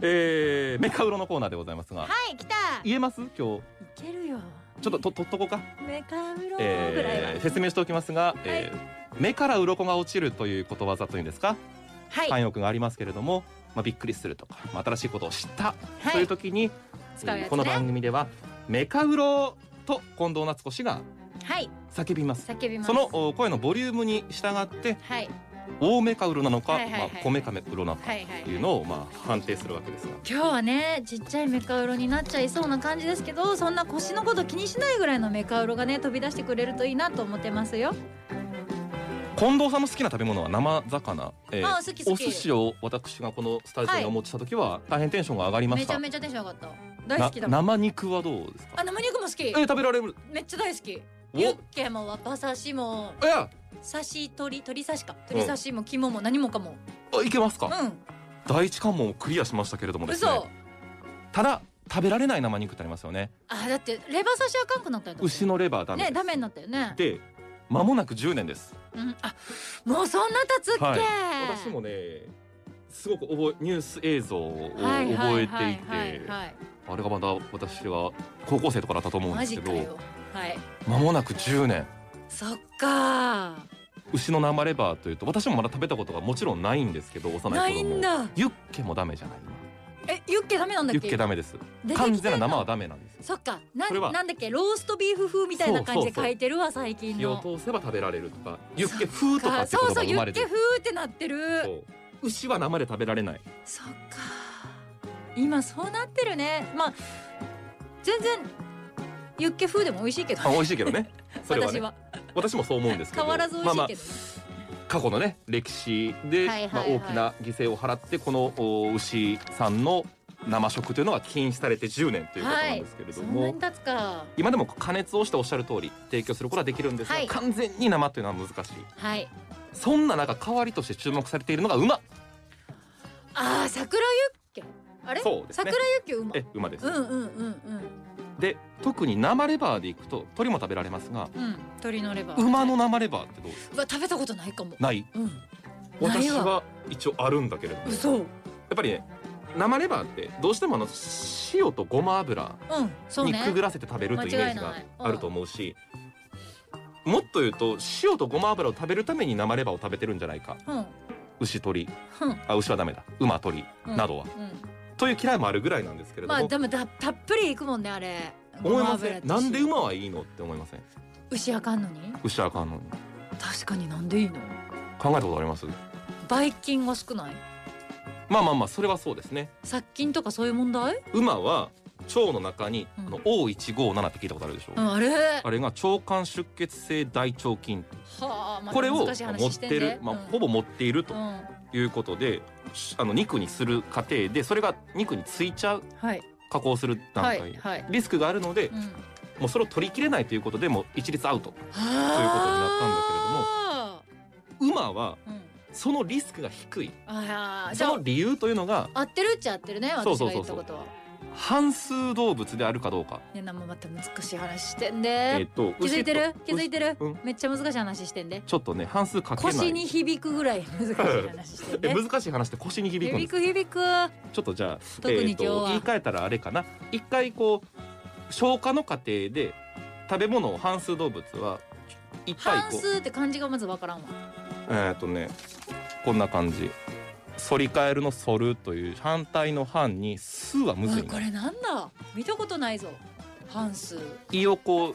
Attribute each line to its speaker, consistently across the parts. Speaker 1: えー、メカウロのコーナーでございますが、
Speaker 2: はい来たい
Speaker 1: 言えます今日ちょ
Speaker 2: けるよ
Speaker 1: っとと取っとこうか、
Speaker 2: メカウロぐらいは、
Speaker 1: えー、説明しておきますが、えー目から鱗が落ちるということわざというんですか
Speaker 2: はい、
Speaker 1: 慣用句がありますけれども、まあ、びっくりするとか、まあ、新しいことを知った
Speaker 2: はい
Speaker 1: という時に、
Speaker 2: 使うやつね
Speaker 1: この番組では「メカウロ」と近藤夏子氏が
Speaker 2: はい
Speaker 1: 叫びます。
Speaker 2: 叫びます
Speaker 1: そのお声のボリュームに従って
Speaker 2: はい
Speaker 1: 大メカウロなのか、
Speaker 2: はいはいはい
Speaker 1: まあ、小メカウロなのか
Speaker 2: はいはい、
Speaker 1: というのをまあ判定するわけですが
Speaker 2: 今日はねちっちゃいメカウロになっちゃいそうな感じですけどそんな腰のこと気にしないぐらいのメカウロがね飛び出してくれるといいなと思ってますよ
Speaker 1: 近藤さんの好きな食べ物は生魚、え
Speaker 2: あ好き好き
Speaker 1: お寿司を私がこのスタジオにお持ちした時は大変テンションが上がりま
Speaker 2: め
Speaker 1: し
Speaker 2: ち
Speaker 1: た、
Speaker 2: ゃめちゃテンション上がった大好きだも
Speaker 1: なん生肉はどうですか
Speaker 2: あ生肉も好き
Speaker 1: え食べられる
Speaker 2: めっちゃ大好き
Speaker 1: お
Speaker 2: ユッケもわ馬刺しも
Speaker 1: いや
Speaker 2: 刺し鳥鳥刺しか鳥刺しも肝も何もかも
Speaker 1: あいけますか、
Speaker 2: う
Speaker 1: 第一関門をクリアしましたけれども
Speaker 2: ん
Speaker 1: ですね
Speaker 2: 嘘
Speaker 1: ただ食べられない生肉ってありますよね
Speaker 2: あだってレバー刺しあかんくなったよだって
Speaker 1: 牛のレバーダメです
Speaker 2: ねダメになったよね
Speaker 1: で間もなく10年です
Speaker 2: うんあもうそんな経つっけ、
Speaker 1: はい私もねすごく覚えニュース映像を
Speaker 2: はいは
Speaker 1: 覚えてい
Speaker 2: はいはい
Speaker 1: て
Speaker 2: はい
Speaker 1: あれがまだ私は高校生とかだったと思うん
Speaker 2: マ
Speaker 1: です
Speaker 2: ジ
Speaker 1: け
Speaker 2: か
Speaker 1: ど
Speaker 2: よはい
Speaker 1: 間もなく10年
Speaker 2: そっか
Speaker 1: 牛の生レバーというと私もまだ食べたことがもちろんないんですけど幼
Speaker 2: ないい
Speaker 1: 頃
Speaker 2: ん
Speaker 1: も
Speaker 2: だ
Speaker 1: ユッケもダメじゃない
Speaker 2: えユッケダメなんだっ
Speaker 1: ユ
Speaker 2: け
Speaker 1: ッケダメです
Speaker 2: 出てきてんの
Speaker 1: 完全な生はダメなんです
Speaker 2: そっかな
Speaker 1: それは
Speaker 2: んなんだっけローストビーフ風みたいな感じで
Speaker 1: そうそうそう
Speaker 2: 書いてるわ最近
Speaker 1: 火を
Speaker 2: の
Speaker 1: 通せば食べられるとかユッケ風とかって
Speaker 2: そ
Speaker 1: 言葉
Speaker 2: うそ
Speaker 1: が生
Speaker 2: うユ
Speaker 1: まれ
Speaker 2: ッ
Speaker 1: て
Speaker 2: ケ
Speaker 1: る
Speaker 2: 風ってなってる
Speaker 1: そう牛は生で食べられない
Speaker 2: そっか今そうなってるねまあ全然ユッケ風でも美味しいけど
Speaker 1: あ美味しいけど ねそれはね
Speaker 2: 私は
Speaker 1: 私もそう思うんですけど
Speaker 2: 変わらず美味しいけど、ね
Speaker 1: まあまあ過去のね歴史で、
Speaker 2: はいはいはい
Speaker 1: まあ、大きな犠牲を払ってこのお牛さんの生食というのが禁止されて10年ということなんですけれど
Speaker 2: そ
Speaker 1: も、
Speaker 2: んなに立つか
Speaker 1: 今でも加熱をしておっしゃる通り提供することはできるんですが、
Speaker 2: はい
Speaker 1: 完全に生というのは難しい
Speaker 2: はい
Speaker 1: そんな中代わりとして注目されているのが馬
Speaker 2: あー桜ユッケあれ、
Speaker 1: そうですね
Speaker 2: 桜ユッケうま
Speaker 1: え馬です、
Speaker 2: うんうんうんうん
Speaker 1: で特に生レバーでいくと鳥も食べられますが
Speaker 2: うん鳥のレバー
Speaker 1: 馬の生レバーってどうですか
Speaker 2: うわ食べたことないかも
Speaker 1: ない
Speaker 2: うんない
Speaker 1: 私
Speaker 2: わ
Speaker 1: は一応あるんだけれどもや
Speaker 2: 嘘うん
Speaker 1: っぱりね生レバーってどうしてもあの塩とごま油
Speaker 2: そう
Speaker 1: に
Speaker 2: ね
Speaker 1: くぐらせて食べるというイメージがあると思うし、もっと言うと塩とごま油を食べるために生レバーを食べてるんじゃないか
Speaker 2: うんうん
Speaker 1: 牛鳥あ牛はダメだ馬鳥
Speaker 2: うん
Speaker 1: などは、という嫌いもあるぐらいなんですけ
Speaker 2: う
Speaker 1: れ
Speaker 2: ん
Speaker 1: ど
Speaker 2: まあ
Speaker 1: も、
Speaker 2: でもだたっぷりいくもんねあれ
Speaker 1: 思い
Speaker 2: ご
Speaker 1: ま
Speaker 2: 油
Speaker 1: せ
Speaker 2: と
Speaker 1: んなんで馬はいいのって思いません
Speaker 2: 牛あかんのに
Speaker 1: 牛はあかんのに
Speaker 2: 確かになんでいいの
Speaker 1: 考えたことあります
Speaker 2: ばい菌が少ない
Speaker 1: まあまあまあそれはそうですね
Speaker 2: 殺菌とかそういう問題
Speaker 1: 馬は腸の中に、あの
Speaker 2: うん
Speaker 1: O157 って聞いたことあるでしょ、
Speaker 2: うんあれ
Speaker 1: あれが腸管出血性大腸菌
Speaker 2: はあ、また
Speaker 1: これを
Speaker 2: 難しい話
Speaker 1: 持っ
Speaker 2: して
Speaker 1: て
Speaker 2: んで
Speaker 1: る、まあ、ほぼ持っている
Speaker 2: う
Speaker 1: と
Speaker 2: んうん
Speaker 1: いうことで、しあの肉にする過程でそれが肉についちゃう
Speaker 2: はい
Speaker 1: 加工する段
Speaker 2: は
Speaker 1: 階、
Speaker 2: いはい
Speaker 1: リスクがあるので、
Speaker 2: うん
Speaker 1: もうそれを取りきれないということでもう一律アウト
Speaker 2: ということ
Speaker 1: にな馬は
Speaker 2: ったんだけれども、うん、
Speaker 1: そのリスクが低い
Speaker 2: ああじゃ
Speaker 1: その
Speaker 2: あ
Speaker 1: 理由というのが
Speaker 2: 合ってるっちゃ合ってるね
Speaker 1: そう
Speaker 2: 私
Speaker 1: そうそ
Speaker 2: が言
Speaker 1: う
Speaker 2: った
Speaker 1: そう
Speaker 2: ことは
Speaker 1: 半数動物であるかどうか
Speaker 2: ねなもまた難しい話してんで、
Speaker 1: えっと
Speaker 2: 気づいてる
Speaker 1: 牛と
Speaker 2: 気づいてる、
Speaker 1: うん
Speaker 2: めっちゃ難しい話してんで
Speaker 1: ちょっとね半数かけない
Speaker 2: 腰に響くぐらい難しい話してん
Speaker 1: え
Speaker 2: で
Speaker 1: 難しい話って腰に響くんで
Speaker 2: 響
Speaker 1: す
Speaker 2: く響く
Speaker 1: ちょっとじゃあ
Speaker 2: 特に今日は
Speaker 1: えーと言い換えたらあれかな一回こう消化の過程で食べ物を半数動物はいっぱい
Speaker 2: 半
Speaker 1: こう
Speaker 2: 数って漢字がまずわからんわ
Speaker 1: えっとねこんな感じ反り返るの反るという反対の反に数はむず
Speaker 2: あ
Speaker 1: い
Speaker 2: こ
Speaker 1: な
Speaker 2: れなんだ見たことないぞ半数
Speaker 1: 胃をこう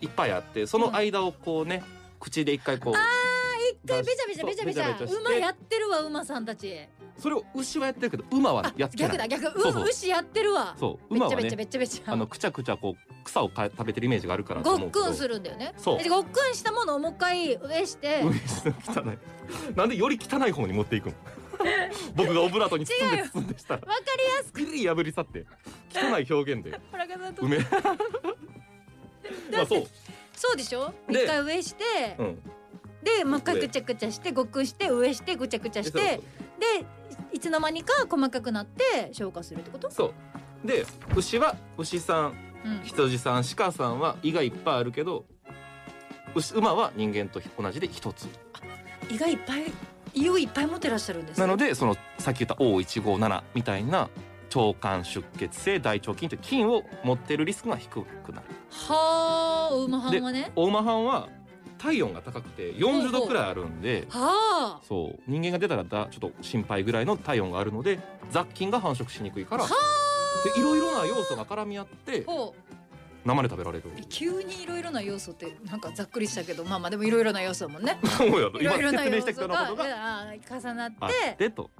Speaker 1: いっぱいあってその間をこうね口で一回こう一
Speaker 2: でべちゃべちゃべちゃべちゃ馬やってるわ馬さんたち
Speaker 1: それを牛はやってるけど馬は
Speaker 2: あ
Speaker 1: やって
Speaker 2: 逆
Speaker 1: な
Speaker 2: だ
Speaker 1: い
Speaker 2: 逆
Speaker 1: そう
Speaker 2: う
Speaker 1: そう
Speaker 2: 牛やってるわ
Speaker 1: そう
Speaker 2: べ
Speaker 1: 馬
Speaker 2: ちゃ
Speaker 1: は
Speaker 2: べち
Speaker 1: ね
Speaker 2: ゃべちゃべちゃ
Speaker 1: あのくちゃくちゃこう草をか食べてるイメージがあるからと
Speaker 2: ご
Speaker 1: 思
Speaker 2: っ
Speaker 1: うけど
Speaker 2: くんするんだよね
Speaker 1: そう
Speaker 2: でごっくんしたものをもう一回上して
Speaker 1: 上下汚い なんでより汚い方に持っていくの 僕がオブラートに包ん
Speaker 2: 違う
Speaker 1: で
Speaker 2: よ
Speaker 1: 包んでしたら
Speaker 2: わかりやすく
Speaker 1: ぐり破り去って汚い表 現で
Speaker 2: 村上さんと
Speaker 1: 埋めまあそう、
Speaker 2: そうでしょ
Speaker 1: で
Speaker 2: 一回上して
Speaker 1: うん、
Speaker 2: でもう一回
Speaker 1: 上
Speaker 2: ぐちゃぐちゃしてごっくんして上してぐちゃぐちゃしてでいつの間にか細かくなって消化するってこと
Speaker 1: そうで牛は牛さん
Speaker 2: うん
Speaker 1: 羊さん鹿さんは胃がいっぱいあるけど牛馬は人間と同じで一つ
Speaker 2: 胃がいっぱい胃をいっぱい持ってらっしゃるんです
Speaker 1: なのでそのさっき言った O157 みたいな腸管出血性大腸菌という菌を持ってるリスクが低くなる
Speaker 2: はあ、馬はんはね。
Speaker 1: 大馬藩は体温が高くて40
Speaker 2: ほうほ
Speaker 1: 度
Speaker 2: う
Speaker 1: くらいあるんで
Speaker 2: はあ。
Speaker 1: そう人間が出たらだちょっと心配ぐらいの体温があるので雑菌が繁殖しにくいから
Speaker 2: は
Speaker 1: でいろいろな要素が絡み合って
Speaker 2: ほ
Speaker 1: 生で食べられる
Speaker 2: う。急にいろいろな要素ってなんかざっくりしたけどまあまあでもいろいろな要素だもんね
Speaker 1: そうやろ
Speaker 2: い ろ
Speaker 1: 今
Speaker 2: いろな
Speaker 1: 説明
Speaker 2: 要
Speaker 1: してきた
Speaker 2: 素
Speaker 1: ようなことが
Speaker 2: があー重なっ
Speaker 1: あっててと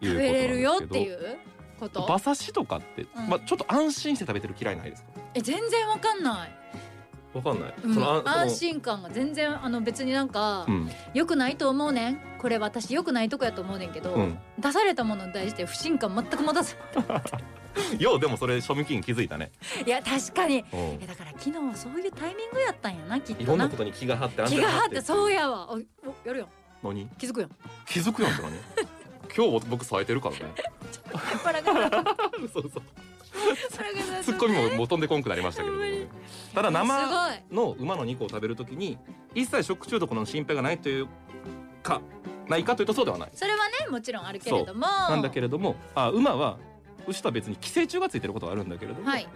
Speaker 1: いう
Speaker 2: 食
Speaker 1: ことなんです
Speaker 2: べ
Speaker 1: けど
Speaker 2: れるよっていうこと
Speaker 1: 馬刺しとかって、
Speaker 2: ん
Speaker 1: まあ、ちょっと安心して食べてる嫌いないですか
Speaker 2: え全然わかんない、
Speaker 1: わかんない、
Speaker 2: うん
Speaker 1: そのあその
Speaker 2: 安心感が全然あの別になんか
Speaker 1: うん
Speaker 2: 良くないと思うねんこれ私良くないとこやと思うねんけど、
Speaker 1: うん
Speaker 2: 出されたものに対して不信感全く持たず
Speaker 1: ようでもそれ庶民金気づいたね、
Speaker 2: いや確かに
Speaker 1: うん
Speaker 2: えだから昨日はそういうタイミングやったんやなきっ
Speaker 1: いろ
Speaker 2: と
Speaker 1: んな
Speaker 2: な
Speaker 1: ことに気が張って安
Speaker 2: 気
Speaker 1: 全
Speaker 2: が
Speaker 1: が
Speaker 2: 張ってそうやわおおやるよ
Speaker 1: 何
Speaker 2: 気づ くよ
Speaker 1: 気づくやんとかね今日僕冴えてるからね
Speaker 2: 酔っ払がら
Speaker 1: そうそうツ
Speaker 2: ツ
Speaker 1: ッコミ ももう飛んでこんくなりましたけれども、ただ
Speaker 2: す
Speaker 1: 生
Speaker 2: ごい
Speaker 1: の馬の肉を食べるときに一切食中毒の心配がないというかないかというとそうではない
Speaker 2: それはねもちろんあるけれども
Speaker 1: なんだけれどもあ馬は牛とは別に寄生虫がついてることがあるんだけれども、
Speaker 2: はい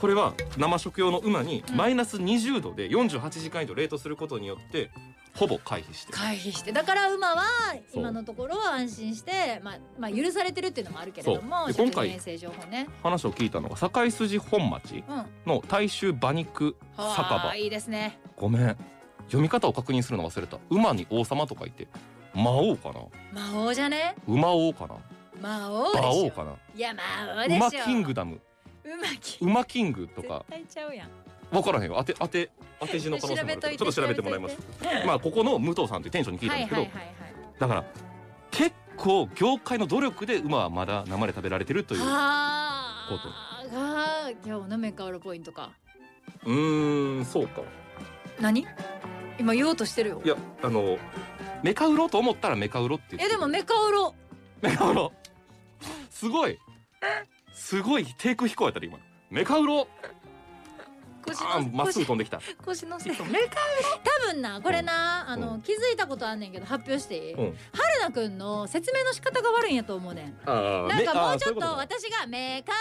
Speaker 1: これは生食用の馬に
Speaker 2: うん
Speaker 1: マイナス20度で48時間以上冷凍することによってほぼ回避してる
Speaker 2: 回避してだから馬は
Speaker 1: そう
Speaker 2: 今のところは安心してまあまあ許されてるっていうのもあるけれども
Speaker 1: そうで今
Speaker 2: 食
Speaker 1: 回
Speaker 2: 品衛生情報ね
Speaker 1: 話を聞いたのが堺筋本町
Speaker 2: うん
Speaker 1: の大衆馬肉酒
Speaker 2: は
Speaker 1: 場
Speaker 2: あいいですね
Speaker 1: ごめん読み方を確認するの忘れた馬に王様と書いて魔王かな
Speaker 2: 魔王じゃね
Speaker 1: 馬王かな
Speaker 2: 魔王でし
Speaker 1: 馬王
Speaker 2: ょ
Speaker 1: かない
Speaker 2: や魔王でしょ
Speaker 1: 馬キングダム
Speaker 2: 馬キング
Speaker 1: 馬キングと
Speaker 2: 絶
Speaker 1: か
Speaker 2: 対ちゃうやん
Speaker 1: 分からへんよ当て当て当て字の可能性もあるからちょっと調べてもらいますまあここの武藤さんという店長に聞いたん
Speaker 2: は
Speaker 1: ですけ
Speaker 2: いはい
Speaker 1: ど、
Speaker 2: はいはい
Speaker 1: だから結構業界の努力で馬はまだ生で食べられてるというこ
Speaker 2: はあが今日のメカオロポイントか
Speaker 1: うーんそうか
Speaker 2: 何今言おうとしてるよ
Speaker 1: いやあのメカウロと思ったらメカウロって言
Speaker 2: いや
Speaker 1: って
Speaker 2: でもメカオロ
Speaker 1: メカウロすごいすごい低空飛行やったで今メカウロ
Speaker 2: 腰
Speaker 1: あー
Speaker 2: の
Speaker 1: まっすぐ
Speaker 2: 腰
Speaker 1: 飛んできた
Speaker 2: 腰のせい
Speaker 1: メカウ
Speaker 2: 多分なこれなあ
Speaker 1: う
Speaker 2: の気づいたことあんねんけど発表していい
Speaker 1: ロ、う
Speaker 2: 春
Speaker 1: ん、
Speaker 2: 菜くんの説明の仕方が悪いんやと思うねん
Speaker 1: あー
Speaker 2: なんか
Speaker 1: め
Speaker 2: も
Speaker 1: あ
Speaker 2: う
Speaker 1: ー
Speaker 2: ちょっと
Speaker 1: そういうこ
Speaker 2: 私がメカ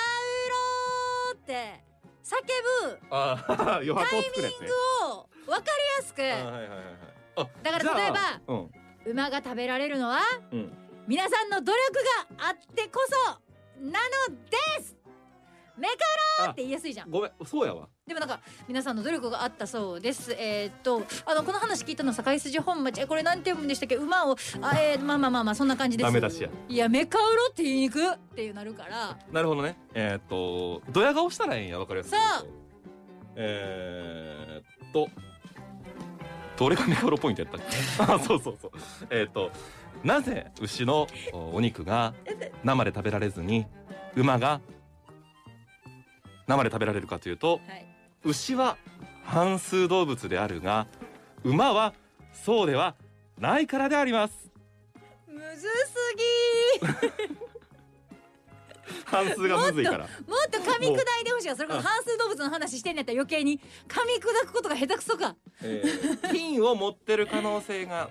Speaker 2: ウロって叫ぶ
Speaker 1: あー余白を作るやつね
Speaker 2: を分かりや
Speaker 1: あー
Speaker 2: す
Speaker 1: はいはいはいはいあ
Speaker 2: くだから例えば
Speaker 1: ばうん
Speaker 2: 馬が食べられるのは
Speaker 1: うん
Speaker 2: 皆さんの努力があってこそなのですメカウロって言いやすいじゃん
Speaker 1: ごめんそうやわ
Speaker 2: でもなんか皆さんの努力があったそうです。えーっとあのこの話聞いたの堺筋本町えこれなんて読むんでしたっけ馬をあえーまあまあまあまあそんな感じです。
Speaker 1: ダメ出しや。
Speaker 2: いやメカウロって言いにくっていうなるから
Speaker 1: なるほどねえーっとドヤ顔したらええんやわかりやすい
Speaker 2: そう
Speaker 1: えーっとどれがメカロポイントやったっ けあそうそうそうえーっとなぜ牛のおお肉が生で食べられずに馬が生で食べられるかというと
Speaker 2: はい
Speaker 1: 牛は反数動物であるが馬はそうではないからであります
Speaker 2: むずすぎ
Speaker 1: 反数がむずいから
Speaker 2: ーもっと噛み砕いてほしいわそれこそ半数動物の話してんのやったら余計に噛み砕くことが下手くそか
Speaker 1: えー金を持ってる可能性が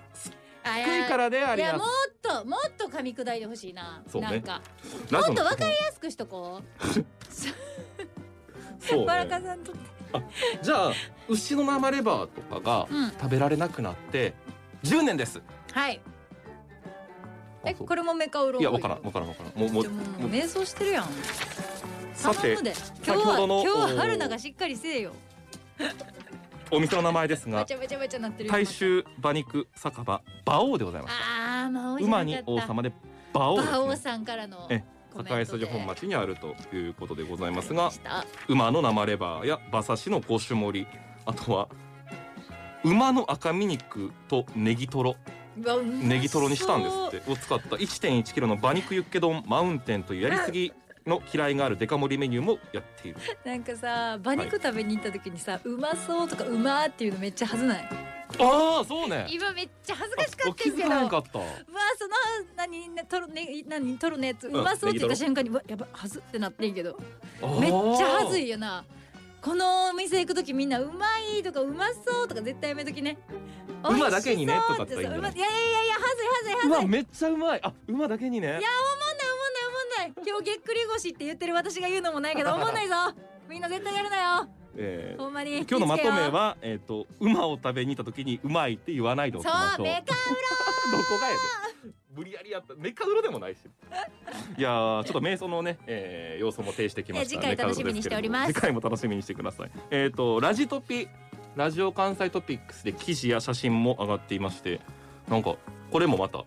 Speaker 2: あ
Speaker 1: 低い
Speaker 2: や
Speaker 1: からであ
Speaker 2: い
Speaker 1: り
Speaker 2: や
Speaker 1: ま
Speaker 2: もっともっと噛み砕いてほしいな
Speaker 1: そうね
Speaker 2: なんか
Speaker 1: す
Speaker 2: も
Speaker 1: ラジオの
Speaker 2: っと分かりやすくしとこ
Speaker 1: そう
Speaker 2: う
Speaker 1: ね
Speaker 2: バラカさんと
Speaker 1: じゃあ牛の生レバーとかが
Speaker 2: うん
Speaker 1: 食べられなくなって10年です。
Speaker 2: はいえ
Speaker 1: あそう
Speaker 2: これもメカウロ
Speaker 1: いやわからんわからんわからん。もうも
Speaker 2: で
Speaker 1: う
Speaker 2: ももう
Speaker 1: もう
Speaker 2: 瞑想してるやん
Speaker 1: さ
Speaker 2: 頼
Speaker 1: て
Speaker 2: むで今日
Speaker 1: 先ほ
Speaker 2: は
Speaker 1: ど
Speaker 2: 今
Speaker 1: の
Speaker 2: 日
Speaker 1: おー
Speaker 2: は春菜がしっかりせえよ
Speaker 1: お店の名前です
Speaker 2: め
Speaker 1: が
Speaker 2: ちゃめちゃめちゃなってるよ
Speaker 1: 大衆馬肉酒場馬王でございます。
Speaker 2: あー魔王じゃ
Speaker 1: 馬
Speaker 2: なか
Speaker 1: に
Speaker 2: った
Speaker 1: 王様で馬王です、
Speaker 2: 馬王
Speaker 1: ね。
Speaker 2: さんからの
Speaker 1: え
Speaker 2: コメ
Speaker 1: 栄
Speaker 2: ント
Speaker 1: 筋
Speaker 2: で
Speaker 1: 本町にあるということでございますが
Speaker 2: わかりました
Speaker 1: 馬の生レバーや馬刺しの5種盛りあとは馬の赤身肉とネギトロ
Speaker 2: うわうまそう
Speaker 1: ネギトロにしたんですってを使った1 1キロの馬肉ユッケ丼マウンテンというやりすぎの嫌いがあるデカ盛りメニューもやっている
Speaker 2: なんかさ馬肉食べに行った時にさ、うまそうとかうまーっていうのめっちゃ恥ずない
Speaker 1: ああそうね
Speaker 2: 今めっちゃ恥ずかしか
Speaker 1: あ
Speaker 2: ったん
Speaker 1: 気
Speaker 2: やけ
Speaker 1: づ
Speaker 2: ど
Speaker 1: か
Speaker 2: う
Speaker 1: な
Speaker 2: わ
Speaker 1: かった
Speaker 2: その何ねとろね何とろのやつうんまそうっ
Speaker 1: ネギ
Speaker 2: て言った
Speaker 1: トロ
Speaker 2: 瞬間にうわやばはずってなってんけど
Speaker 1: あー
Speaker 2: めっちゃはずいよなこのお店行く時みんなうまいとかうまそうとか絶対やめときね
Speaker 1: 馬だけにね
Speaker 2: 美味しそ
Speaker 1: と
Speaker 2: う
Speaker 1: かって言うんじゃない
Speaker 2: そう馬いやいやいやはずいはずいはずい
Speaker 1: 馬めっちゃうまいあ馬だけにね
Speaker 2: いやおもんないおもんないおもんない今日ぎっくり腰って言ってる私が言うのもないけど思んないぞみんな絶対やるなよ
Speaker 1: えー
Speaker 2: ほんまに
Speaker 1: 今日のまとめ
Speaker 2: 気
Speaker 1: は、えっ、と、馬を食べに行った時に、うまいって言わないで
Speaker 2: ぃ
Speaker 1: お
Speaker 2: つ
Speaker 1: き
Speaker 2: けよ
Speaker 1: ま
Speaker 2: う
Speaker 1: し
Speaker 2: そ
Speaker 1: ょう。
Speaker 2: うメカ
Speaker 1: どこがやで。無理やりやった、メカウロでもないし。いやー、ちょっと瞑想のね、えー、様子も呈してきました。
Speaker 2: いや次回楽しみにしております
Speaker 1: メカウロですけれども次回も楽しみにしてください。えっ、と、ラジトピ、ラジオ関西トピックスで記事や写真も上がっていまして。なんか、これもまた、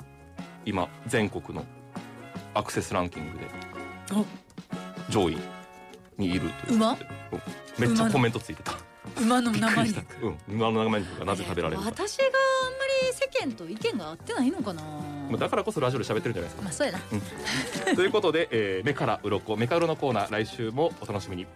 Speaker 1: 今、全国のアクセスランキングで。上位にいるという
Speaker 2: 馬
Speaker 1: めっちゃコメントついてた。
Speaker 2: 馬の
Speaker 1: びっく
Speaker 2: 名前
Speaker 1: りし
Speaker 2: に
Speaker 1: た。うん、馬の生肉がなぜ食べられるのか。
Speaker 2: 私があんまり世間と意見が合ってないのかな
Speaker 1: まあだからこそラジオで喋ってるんじゃないですか。
Speaker 2: まあそうやな
Speaker 1: ということで、えー目から鱗目から鱗のコーナー来週もお楽しみに。